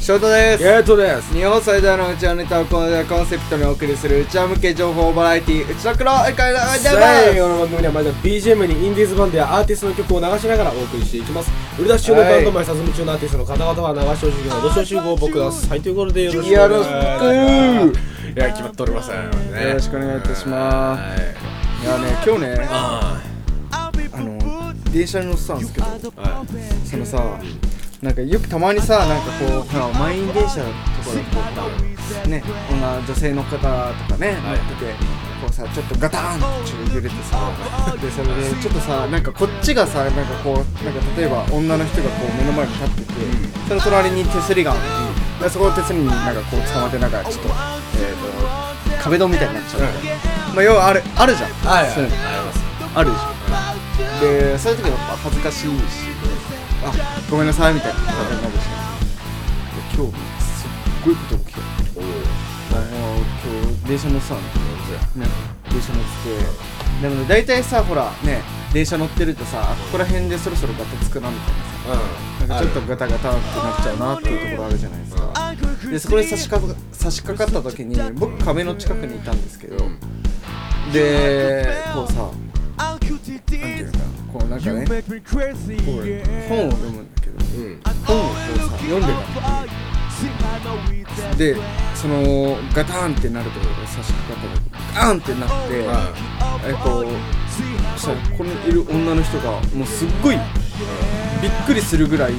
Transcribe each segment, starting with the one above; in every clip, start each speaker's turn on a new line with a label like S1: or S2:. S1: 翔太です
S2: ヤトです
S1: 日本最大のうちわネタをコンコンセプトにお送りするうちわ向け情報バラエティうちの黒い会のアイデ
S2: さあ
S1: ア
S2: この番組では毎度 BGM にインディーズバンドやアーティストの曲を流しながらお送りしていきます売り出し中のバンドマンさずみ中のアーティストの方々は流しおしのご聴取ご応募くださいということでよろしくお願いし
S1: よろし
S2: ますいや決まっておりませんね
S1: よろしくお願いいたします
S2: はい
S1: いやね今日ね
S2: あ
S1: あの電車に乗ってたんですけど
S2: あはい
S1: そのさなんかよくたまにさなんかこうほら満員電車とかだとねこんな女性の方とかね乗
S2: はい
S1: っててこうさちょっとガタンってちょっと揺れてさでそれでちょっとさなんかこっちがさなんかこうなんか例えば女の人がこう目の前に立っててその隣に手すりがあってでそこの手すりになんかこう捕まってなんかちょっと,、えー、と壁ドンみたいになっちゃう、まあ要はあるあるじゃん、
S2: はい
S1: そういうの
S2: あります
S1: あるでしょでそういう時はやっぱ恥ずかしいしあごめんなさいみたいな感じになるし今日すっごいことが起きた
S2: お
S1: あの今日電車乗ってたのなんか電車乗っててでも大体さほらね電車乗ってるとさあここら辺でそろそろガタつくなみたいなさ
S2: ーうん
S1: なんかちょっとガタガタってなっちゃうなっていうところあるじゃないですかでそこに差しかか差し掛かった時に僕壁の近くにいたんですけどでこうさ
S3: なんてい
S1: な
S3: うん
S1: ていうのかなこうなんかねこう本を読むんだけど
S2: うん
S1: 本をこうさ読んでたのでそのガタンってなるところが差し掛かった時にガーンってなって、
S2: は
S1: えこうそしたらここにいる女の人がもうすっごいびっくりするぐらい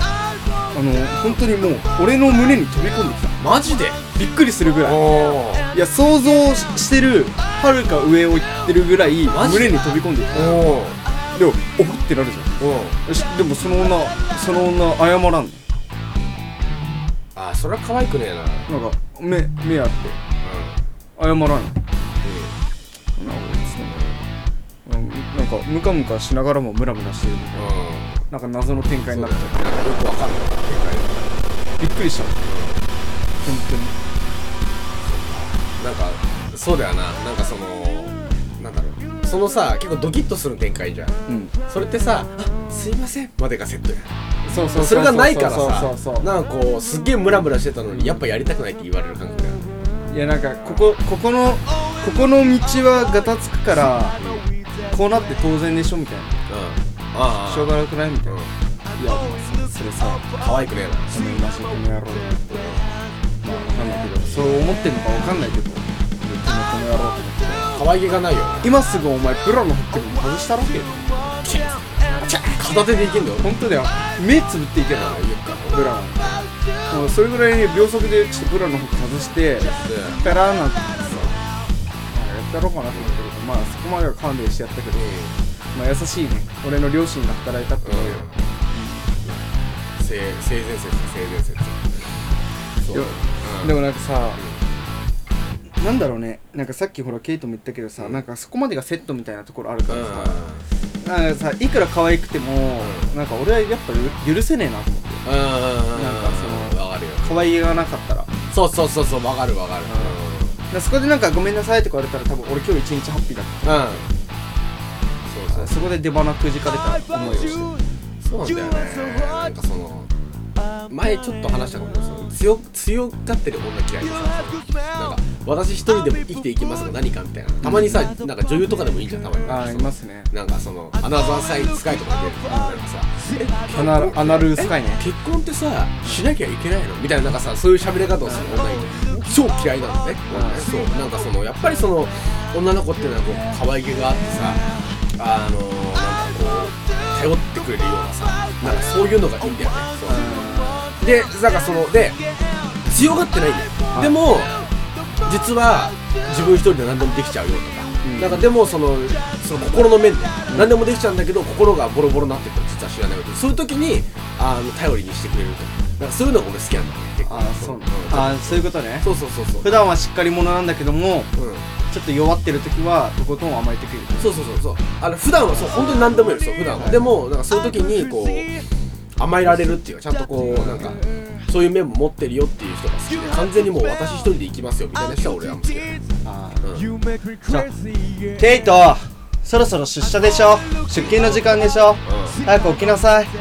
S1: あの本当にもう俺の胸に飛び込んできた
S2: マジで
S1: びっくりするぐらい
S2: おー
S1: いや想像してるはるか上を行ってるぐらい
S2: マジで
S1: 胸に飛び込んできた
S2: おー
S1: でもおっってなるじゃん
S2: おー
S1: よしでもその女その女謝らんの
S2: あーそれは可愛くねえな
S1: なんか目目あって謝らんのなんか俺そのうんなんかムカムカしながらもムラムラしてるみたい
S2: うんうん
S1: ななんか謎の展開になっちゃっ
S2: よくわかんない
S1: たびっくりした本当に
S2: なんかそうだよななんかそのなんだろうそのさ結構ドキッとする展開じゃん
S1: うん
S2: それってさ「あすいません」までがセットやん
S1: そうそううう
S2: それがないから
S1: そうそう
S2: さ
S1: そう
S2: なんかこうすっげえムラムラしてたのにやっぱやりたくないって言われる感覚だよ
S1: いやなんかここここのここの道はガタつくからこうなって当然でしょみたいな
S2: うんああ
S1: しょうがなくないみたいな
S2: う
S1: い
S2: ん
S1: やまあそそれさ
S2: 可愛くねえな
S1: その今しこの野郎ってまあわかんないけどそう思ってんのかわかんないけどこの野郎と思っ
S2: 可愛げがないよ
S1: て今すぐお前プロの服も外したろけよ
S2: 片手でいけんのよ
S1: 本当だよ目つぶっていけたブラのもうそれぐらいに秒速でちょっとブラの服外してペラーなんてさやったろうかなと思ったけどまあそこまでは勘弁してやったけどまあ優しいね俺の両親が働いたって
S2: う
S1: 思うんよ
S2: 性性善説性善説そう
S1: でも
S2: うん
S1: でもなんかさなんだろうねなんかさっきほらケイトも言ったけどさなんかそこまでがセットみたいなところあるからさ、なんかさいくら可愛くても、なんか俺はやっぱゆ許せねえなと思って
S2: うんうんうんうん
S1: なんかその
S2: わかるよ
S1: 可愛げがなかったらだか
S2: そうそうそうそうわかるわかる
S1: らそこでなんか「ごめんなさい」とか言われたら多分俺今日一日ハッピーだっ
S2: うん、そう
S1: た
S2: そ
S1: ら
S2: う
S1: そこで出花くじかれた思いをして
S2: そうなんだよねなんかその前ちょっと話したかもしれないその強強がってる女嫌いでさなんか私一人でも生きていきますが何かみたいなたまにさなんか女優とかでもいいじゃんたまに
S1: ああいますね
S2: なんかそのアナザーサイスカイとかでなんかさ
S1: アナルアナルスカイね
S2: 結婚ってさしなきゃいけないのみたいななんかさそういう喋り方をする女に超嫌いなのね、
S1: うん
S2: そうなんかそのやっぱりその女の子ってなんかこう可愛げがあってさあのなんかこう頼ってくれるようなさなんかそういうのがいいんだよねそうでなんかそので強がってないんだよ
S1: い
S2: でも実は自分一人で何でもできちゃうよとか、
S1: うん
S2: なんかでもそのその心の面で何でもできちゃうんだけど心がボロボロになってくる実は知らないわけそういう時にあの頼りにしてくれるとかなんかそういうのが俺好きなんだよね結構
S1: ああそう
S2: うん
S1: ああそういうことね
S2: そうそうそうそう
S1: 普段はしっかり者なんだけども
S2: うん
S1: ちょっと弱ってる時はとことん甘えてくれる
S2: そうそうそうそうあの普段はそう本当に何でもいいですよ普段は、でもなんかそういう時にこう甘えられるっていうかちゃんとこうなんかそういう面も持ってるよっていう人が好きで完全にもう私一人で行きますよみたいな人は俺は好きだね
S1: ああ
S2: うんうん
S1: ケイトそろそろ出社でしょ出勤の時間でしょ早く起きなさいつって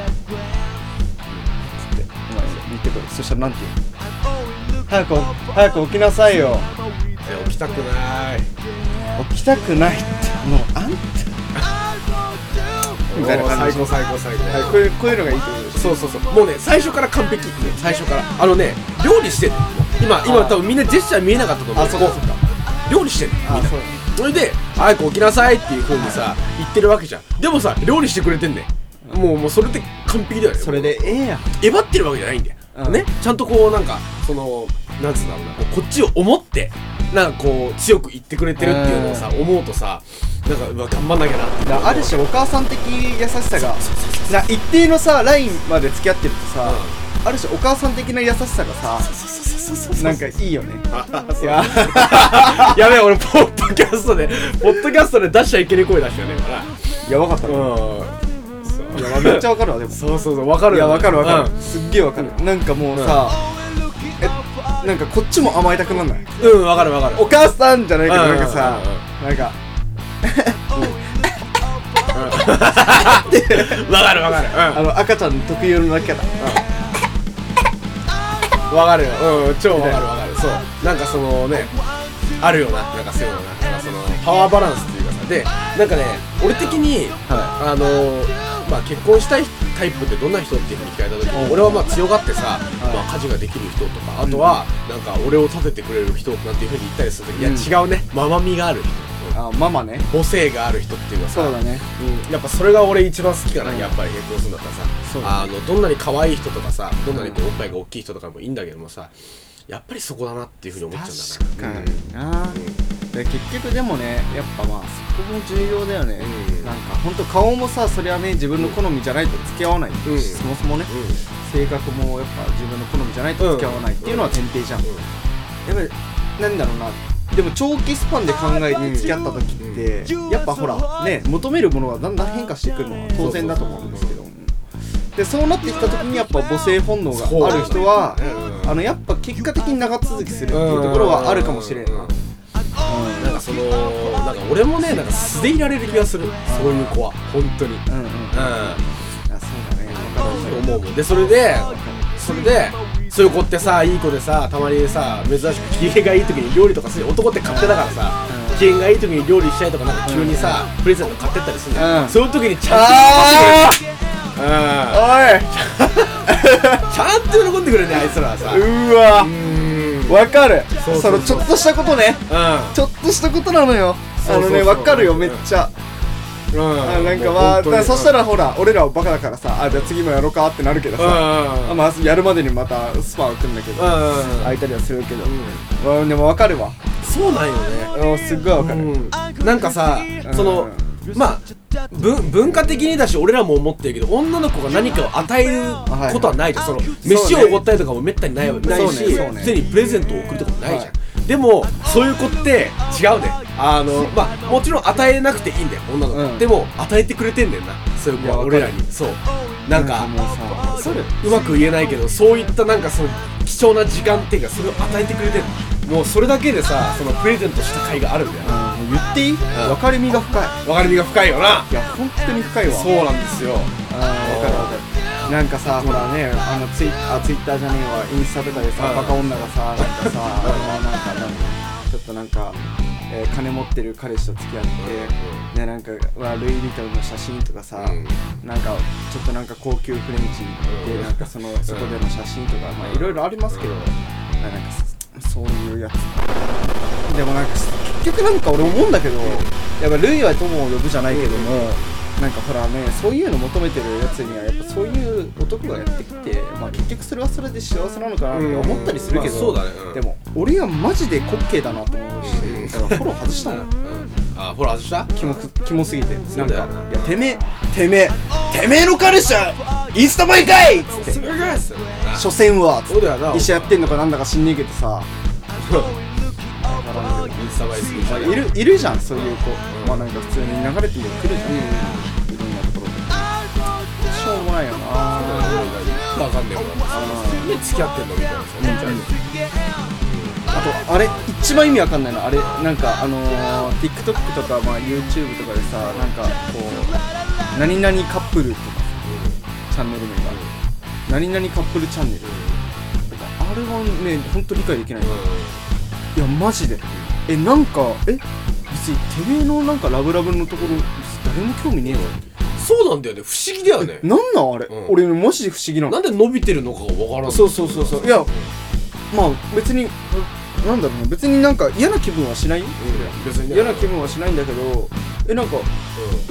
S1: お前見てこいそしたらなんて言う早く早く起きなさいよ
S2: 起きたくない
S1: 起きたくないってもうあんたみたいな感じ
S2: もう最高最高最高、
S1: はいこういうこういうのがいいってことです
S2: そうそうそうもうね最初から完璧ってね最初からあのね料理してんの今今多分みんなジェスチャー見えなかったと思う
S1: あそっかそっか
S2: 料理してんのみん
S1: あ
S2: な
S1: そう
S2: それで「早く起きなさい」っていうふうにさ言ってるわけじゃんでもさ料理してくれてんねんもうもうそれで完璧だよね
S1: それでええやん
S2: えばってるわけじゃないんだよ、
S1: うん
S2: ねちゃんとこうなんかそのなんつうんだろうなこうこっちを思ってなんかこう強く言ってくれてるっていうのをさ思うとさなんかうわ頑張んなきゃなって
S1: だからある種お母さん的優しさがな一定のさラインまで付き合ってるとさ、ある種お母さん的な優しさがさなんかいいよねいや
S2: やべえ俺ポッドキャストでポッドキャストで出しちゃいけない声出しちゃねえから
S1: やばかったね
S2: うんそう
S1: いやめっちゃわかるわでも
S2: そうそうそうわかる
S1: いやわかるわかる、
S2: うん
S1: すっげえわかるなんかもうさ、えなんかこっちも甘えたくなんない
S2: うんわかるわかる
S1: お母さんじゃないけど
S2: うん
S1: なんかさなんか
S2: わかるわかる
S1: あの赤ちゃん特有の泣き方
S2: うんわかるようん超わかるわかるそうなんかそのねあるよななんかそういうのななんかそのパワーバランスっていうかさでなんかね俺的に、あのまあ結婚したいタイプってどんな人っていうふうに聞かれた時に俺はまあ強がってさ、まあ、家事ができる人とかあとはなんか俺を立ててくれる人なんていうふうに言ったりする時、
S1: うん
S2: いや違うねママみがある人
S1: あママね
S2: 母性がある人っていうのはさ
S1: そうだね
S2: うん、やっぱそれが俺一番好きかな、やっぱり結婚するんだったらさ
S1: そう
S2: あのどんなに可愛い人とかさどんなにこうおっぱいが大きい人とかもいいんだけどもさやっぱりそこだなっていうふうに思っちゃうん
S1: 確
S2: だな
S1: かにな、で結局でもねやっぱまあそこも重要だよね、
S2: うん
S1: なんかほんと顔もさそれはね自分の好みじゃないと付き合わないし、
S2: うん
S1: そもそもね、
S2: うん
S1: 性格もやっぱ自分の好みじゃないと付き合わないっていうのは前提じゃん、
S2: うん
S1: やっぱりなんだろうなでも長期スパンで考えて付き合った時って、やっぱほらね求めるものがだんだん変化してくるのは当然だと思うんですけどでそうなってきた時にやっぱ母性本能がある人は、
S2: うん
S1: あのやっぱ結果的に長続きするっていうところはあるかもしれんな、
S2: うんなんかそのなんか俺もねなんか素でいられる気がするそういう子は本当にうん
S1: うんうんあ
S2: あ
S1: そうだね
S2: そう思うもんでそれでそれでそういう子ってさいい子でさたまにさ珍しく機嫌がいい時に料理とかする男って勝手だからさ、
S1: うん
S2: 機嫌がいい時に料理したいとかなんか急にさ、プレゼント買ってったりするんだよ、
S1: うん
S2: そういう時にちゃ
S1: あ
S2: んと喜んでくれるうん
S1: お
S2: ちゃんと喜んでくれるねあいつらはさ
S1: いうわ
S2: うん
S1: わかる
S2: そうそうそう
S1: そのちょっとしたことねちょっとしたことなのよ
S2: そ
S1: あ
S2: う
S1: の
S2: そうそう
S1: ねわかるよめっちゃ、
S2: うん
S1: あなんかまあだからそした
S2: ら
S1: らほら俺らはバカだからさあじゃあ次もやろうかってなるけど
S2: うんう
S1: さ、
S2: んうん
S1: まあ、やるまでにまたスパン打ってんだけど、
S2: うんうん
S1: 空いたりはするけど、うん、でもわかるわ
S2: そうなんよね
S1: うんすっごいわかる、
S2: うん、なんかさ
S1: うん
S2: そのまあ文文化的にだし俺らも思ってるけど女の子が何かを与えることはないじゃん、その飯をおごったりとかもめったにない,、ないし
S1: そうねそうね
S2: すでにプレゼントを送るとかもないじゃん、
S1: は
S2: でもそういう子って違うねあのまあもちろん与えなくていいんだよ女の子、
S1: うん
S2: でも与えてくれてんだよなそういう子
S1: いや
S2: は
S1: わかる
S2: 俺らにそうなんか
S1: もうさそれ
S2: うまく言えないけどそういったなんかその貴重な時間っていうかそれを与えてくれてるもうそれだけでさそのプレゼントした甲斐があるんだよな
S1: あの言っていい、わかりみが深い
S2: 分かりみが深いよない
S1: や本当に深いわ
S2: そうなんですよ
S1: あーわかるわかるなんかさ、ほらねあのツイあツイッターじゃねえわインスタとかでさ、
S2: うん
S1: バカ女がさなんかさあれはなんかなんかちょっとなんか、えー金持ってる彼氏と付き合って、ねなんかはルイ・ヴィトンの写真とかさ、
S2: う
S1: なんかちょっとなんか高級フレンチで、
S2: うん
S1: なんかそのそこでの写真とか、まあいろいろありますけど、
S2: うん
S1: なんかそそういうやつでもなんか結局なんか俺思うんだけど、やっぱルイは友を呼ぶじゃないけども、なんかほらねそういうの求めてるやつにはやっぱそういう男がやってきて、まあ、結局それはそれで幸せなのかなって思ったりするけど、
S2: うんまあそうだねうん
S1: でも俺はマジで滑稽だなと思うし、だからフォロー外したもん
S2: あほら外した
S1: キモくキモすぎて
S2: そ
S1: な
S2: うんだ
S1: か
S2: よない
S1: やてめえてめえてめえの彼氏はインスタ前かいっつって所詮はっつ
S2: そ
S1: っ
S2: うだよな
S1: て医者やってんのかなんだか知んねえけどさ
S2: インスタ映えする
S1: いるいるじゃんそういう子まあなんか普通に流れてくるじゃんいろんなところでしょうもないよな
S2: わかんねえからね付き合ってんのみたいなそう思っちゃう
S1: あとあれ一番意味わかんないのあれなんかあのー、TikTok とか、まあ、YouTube とかでさなんかこう何々カップルとかさチャンネル名が何々カップルチャンネルれはね本当理解できない、い
S2: ん
S1: やマジでえなんかえ別にてめえのなんかラブラブのところ誰も興味ねえわ
S2: そうなんだよね不思議だよね
S1: なんなんあれ、
S2: うん
S1: 俺マジで不思議なの
S2: なんで伸びてるのかがわからない
S1: そうそうそうそういやまあ別になんだろうな別になんか嫌な気分はしないよ、
S2: 別にね
S1: 嫌な気分はしないんだけどえなんか
S2: うんそ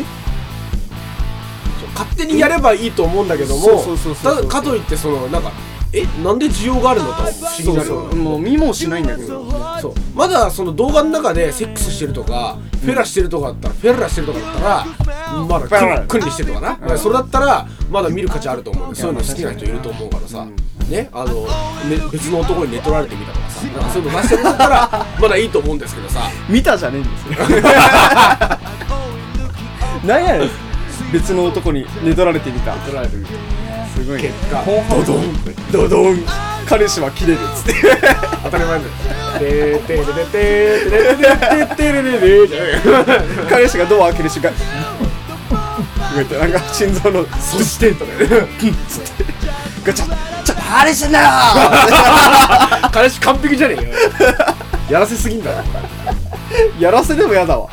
S2: う勝手にやればいいと思うんだけども
S1: そうそうそうそう
S2: ただかといってそのなんかえなんで需要があるのか不思議に
S1: そう
S2: なる
S1: そ
S2: よ
S1: うもう見もしないんだけど
S2: そうまだその動画の中でセックスしてるとか、フェラしてるとかだったらフェラしてるとかだったらまだ
S1: フェラ
S2: くんくんりしてるとかな、
S1: うん
S2: それだったらまだ見る価値あると思うんでそういうの好きな人いると思うからさ、ねあの、ね、別の男に寝取られてみたとかさなんかそういうの出してるんだったらまだいいと思うんですけどさ
S1: 見たじゃねえんですよなんやねん別の男に寝取られてみた
S2: 取られてみた
S1: すごいね
S2: 結果
S1: 本放
S2: ドドン
S1: ドドン彼氏は切れるっつって
S2: 当たり前だよでーてーれてーてーてーてーてーてーれれれれじゃないよ
S1: 彼氏がドア開ける瞬間こうやってなんか心臓の
S2: そしてとかね
S1: ガチャッちょっと彼氏なよ
S2: 彼氏完璧じゃねえよやらせすぎんだろ
S1: やらせでもやだわ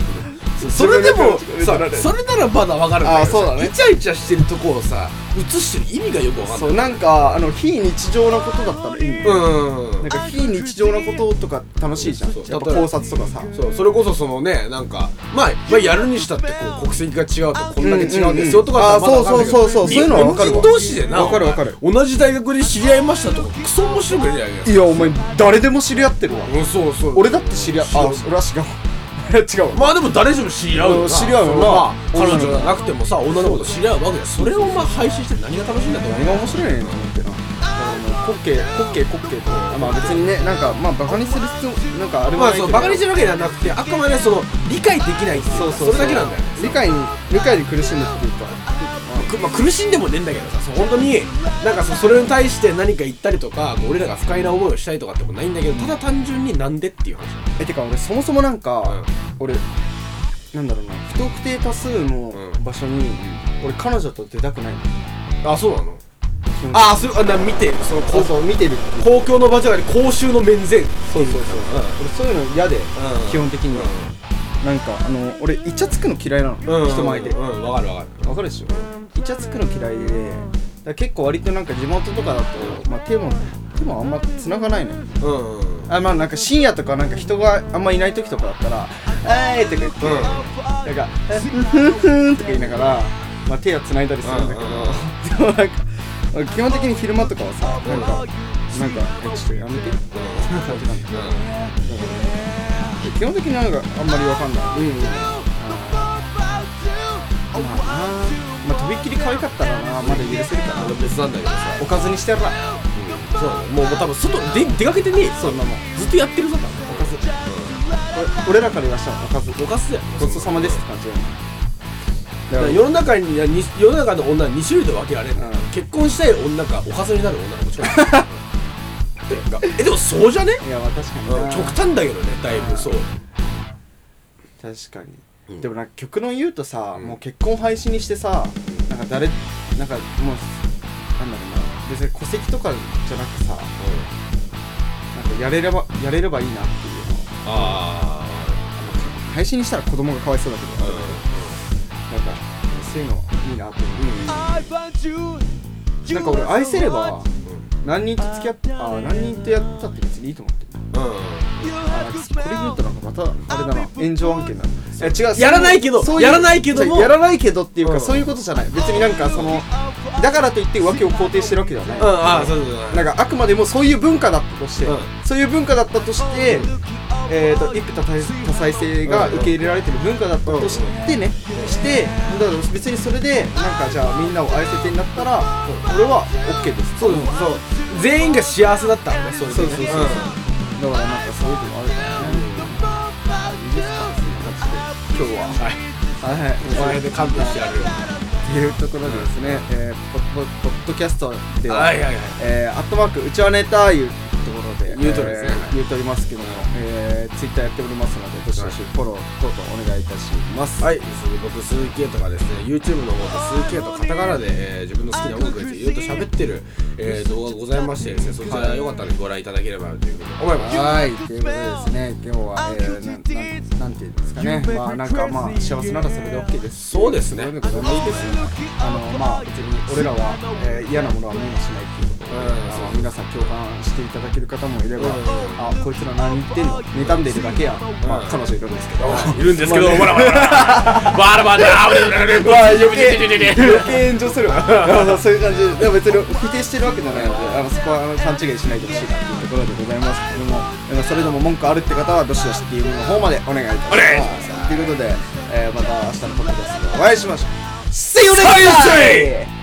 S2: それでも
S1: 自
S2: さ
S1: 分で
S2: それならまだわかるん
S1: あ
S2: だ
S1: ー
S2: けど
S1: そうだ
S2: さ
S1: ね
S2: イチャイチャしてるとこをさ映してる意味がよくわかん
S1: そ
S2: ないう
S1: なんかあの非日常なことだったらいいんだよ
S2: うん
S1: なんか非日常なこととか楽しいじゃん
S2: そうそう
S1: やっぱ考察とかさ
S2: そうそれこそそのねなんかまあまあやるにしたってこう国籍が違うとこんだけ違うんですよとかだったらまだわかる
S1: うんう
S2: けど
S1: んうんあーそうそうそうそうそういうのはわかるわ
S2: 日本人同士でな
S1: わかるわかる
S2: 同じ大学で知り合いましたとかクソ面白くないじゃないです
S1: いやお前誰でも知り合ってるわ
S2: かうんそうそう
S1: 俺だって知り合あ
S2: 知り
S1: 俺は違う違うわ
S2: まあでも誰しも知り合うよ
S1: う
S2: なん
S1: 知り合うよな
S2: そのまあ
S1: 女の
S2: 彼
S1: 子
S2: 女じゃなくてもさ女の子と知り合うわけだそれをまあ配信して何が楽しいんだと思う
S1: 何が面白いねんと思ってなだからもうコッケーコッケーコッケーとまあ別にねなんかまあバカにする必要なんかあれも
S2: ま
S1: ないけ
S2: あそ
S1: ど
S2: うバカにしてるわけではなくてあくまでその理解できないっていう
S1: そう
S2: か
S1: そ
S2: そ
S1: う
S2: うれだけなんだよね
S1: 理解に理解に苦しむっていうか
S2: くまあ、苦しんでもねえんだけどさそう本当になんかそうそれに対して何か言ったりとかこう俺らが不快な思いをしたりとかってもないんだけどただ単純になんでっていう話
S1: えてか俺そもそもなんか、
S2: うん
S1: 俺なんだろうな不特定多数の
S2: うん
S1: 場所に、俺彼女と出たくない
S2: あそうなの
S1: うん
S2: ああそれあな見てその
S1: そ
S2: こ
S1: ううそう見てるっていう
S2: 公共の場じゃなくて公衆の面
S1: そ
S2: 前
S1: うそうそう、俺そういうの嫌で、
S2: ん
S1: 基本的には、なんかあの俺イチャつくの嫌いなの、人
S2: 人
S1: 前
S2: 前
S1: で
S2: で
S1: わ、
S2: うんわかるわかる
S1: かるでしょイチャつくの嫌いでだから結構割となんか地元とかだと、まあ、手も手もあんま繋がないの、よ
S2: うんうんうん
S1: あまあなんか深夜とかなんか人があんまいない時とかだったら「あーい!」とか言って、
S2: うん
S1: なんか「えふんふん」とか言いながら、まあ、手は繋いだりするんだけど、
S2: うんうん
S1: でもなんか俺基本的に昼間とかはさなんかなんか「えちょっとやめて」感じなんだけど基本的になんかあんまりわかんない、うんまあなまあとびっきり可愛かったらなまだ許せるか
S2: あ
S1: な
S2: の別なんだけどさ、
S1: おかずにしてやるわ
S2: うん、そうだねもうもう多分外で出かけてねえよ
S1: そんなもん
S2: ずっとやってるぞ多分
S1: おかずお俺らから言わしたらおかず
S2: おかずだよ
S1: ごちそうさまですって感じだよねだ
S2: だ
S1: か
S2: からら世の中にに世の中の女は2種類で分けられる、
S1: うん
S2: 結婚したい女かおかずになる女か もちろんてかえでもそうじゃね、
S1: いやまあ確かに
S2: う、
S1: なん
S2: 極端だけどねだいぶそう
S1: 確かに、
S2: うん
S1: でもなんか極論言うとさ、
S2: うん
S1: もう結婚廃止にしてさなんか誰なんかもうなんだろうな別に戸籍とかじゃなくさなんかやれればやれればいいなっていうのは
S2: あ
S1: 廃止にしたら子供がかわいそうだけど
S2: あ
S1: なんかそういうのいいなって思う、
S3: な
S1: なんん
S3: か
S1: か
S3: 俺
S1: 俺
S3: 愛
S1: 愛
S3: せ
S1: せ
S3: れ
S1: れ
S3: ば
S1: ば何人と付き合ってあ何人とやったって別にいいと思ってる
S2: うんうん、
S1: あなんかこれ言うとなんかまたあれだな炎上案件だなえ違う
S2: やらないけど
S1: そうう
S2: やらないけども
S1: じゃあやらないけどっていうか、
S2: うん
S1: そういうことじゃない別になんかそのだからといって浮気を肯定してるわけではない、
S2: うん、ああそうそうそう
S1: なんかあくまでもそういう文化だったとして、
S2: うん
S1: そういう文化だったとして、えー、と幾多多多妻制が受け入れられてる文化だったとしてね、してだから別にそれでなんかじゃあみんなを愛せてになったら、俺は OK です
S2: そうそう全員が幸せだったらねそう
S1: そうそうそうそう
S2: うん
S1: だからなんかそういうのもあるからねいいですかそんな感じで今日は
S2: はい
S1: はい
S2: お前で勘弁してやるよ
S1: っていうところでですね、えーポッポポッドキャストでは、
S2: はいはいはい
S1: えー、アットマークうちはネタいうところで、で
S2: 言うとりですね
S1: えー言うとりますけども、えー、ツイッターやっておりますのでどしどしフォロー等々お願いいたします
S2: はい、僕、鈴木とがですね、YouTube の方で鈴木とカタカナで、えー自分の好きな音楽についていろいろと喋ってる、えー動画がございましてですね、そちらよかったらご覧いただければというふうに思います。
S1: はいということでですね今日は、えー、ななんなんていうんですかねまあなんかまあ幸せならそれで OK です
S2: そうですね
S1: そういうのがいいですよあのまあ別に俺らは、えー嫌なものは見もしないっていうことで、あの皆さん共感していただける方もいれば、
S2: うん
S1: あこいつら何言ってんの妬んでるだけや、まあ彼女いるんですけど、
S2: いるんですけど、 ほらほらほら、バラバラ、あれ、
S1: まあ
S2: 余
S1: 余計
S2: 計、
S1: 余計炎上するわ あのそういう感じでいや別に否定してるわけじゃないのであのそこはあの勘違いしないでほしいなっていうところでございますけどもあのそれでも文句あるって方はどしどし DM の方までお願いいたします
S2: お願いします
S1: ということで、えーまた明日のポッドキャストでお会いしましょう See you next
S2: See you
S1: time!
S2: soon!